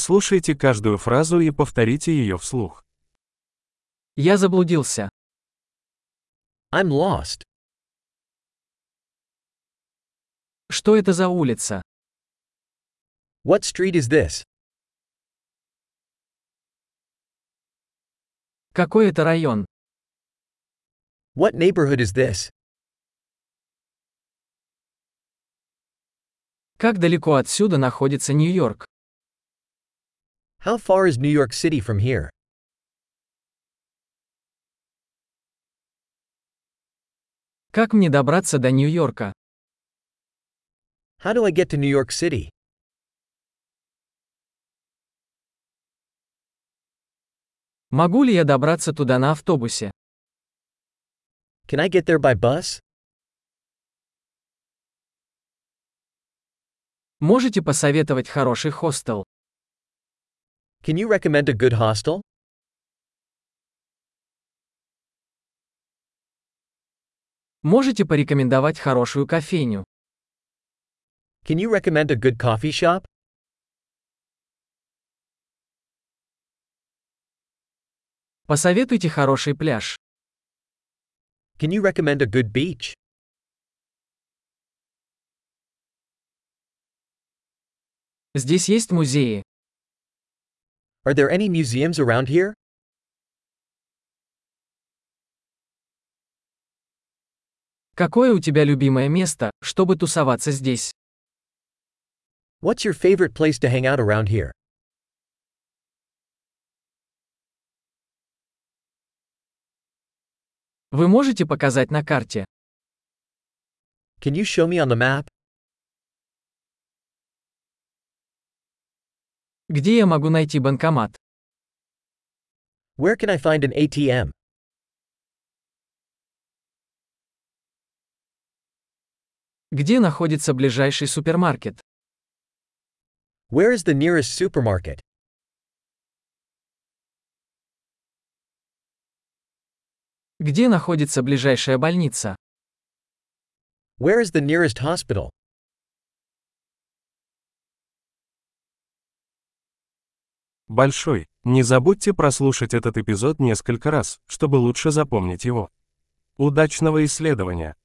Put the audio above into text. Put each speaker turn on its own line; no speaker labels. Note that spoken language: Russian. Прослушайте каждую фразу и повторите ее вслух.
Я заблудился.
I'm lost.
Что это за улица?
What street is this?
Какой это район?
What neighborhood is this?
Как далеко отсюда находится Нью-Йорк?
How far is New York City from here?
Как мне добраться до Нью-Йорка?
How do I get to New York City?
Могу ли я добраться туда на автобусе?
Can I get there by bus?
Можете посоветовать хороший хостел?
Can you recommend a good hostel?
Можете порекомендовать хорошую кофейню?
Can you recommend a good coffee shop?
Посоветуйте хороший пляж.
Can you recommend a good beach?
Здесь есть музеи.
Are there any museums around here?
Какое у тебя любимое место, чтобы тусоваться здесь?
What's your favorite place to hang out around here?
Вы можете показать на карте?
Can you show me on the map?
Где я могу найти банкомат?
Where can I find an ATM?
Где находится ближайший супермаркет?
Where is the nearest supermarket?
Где находится ближайшая больница?
Where is the nearest hospital?
Большой. Не забудьте прослушать этот эпизод несколько раз, чтобы лучше запомнить его. Удачного исследования!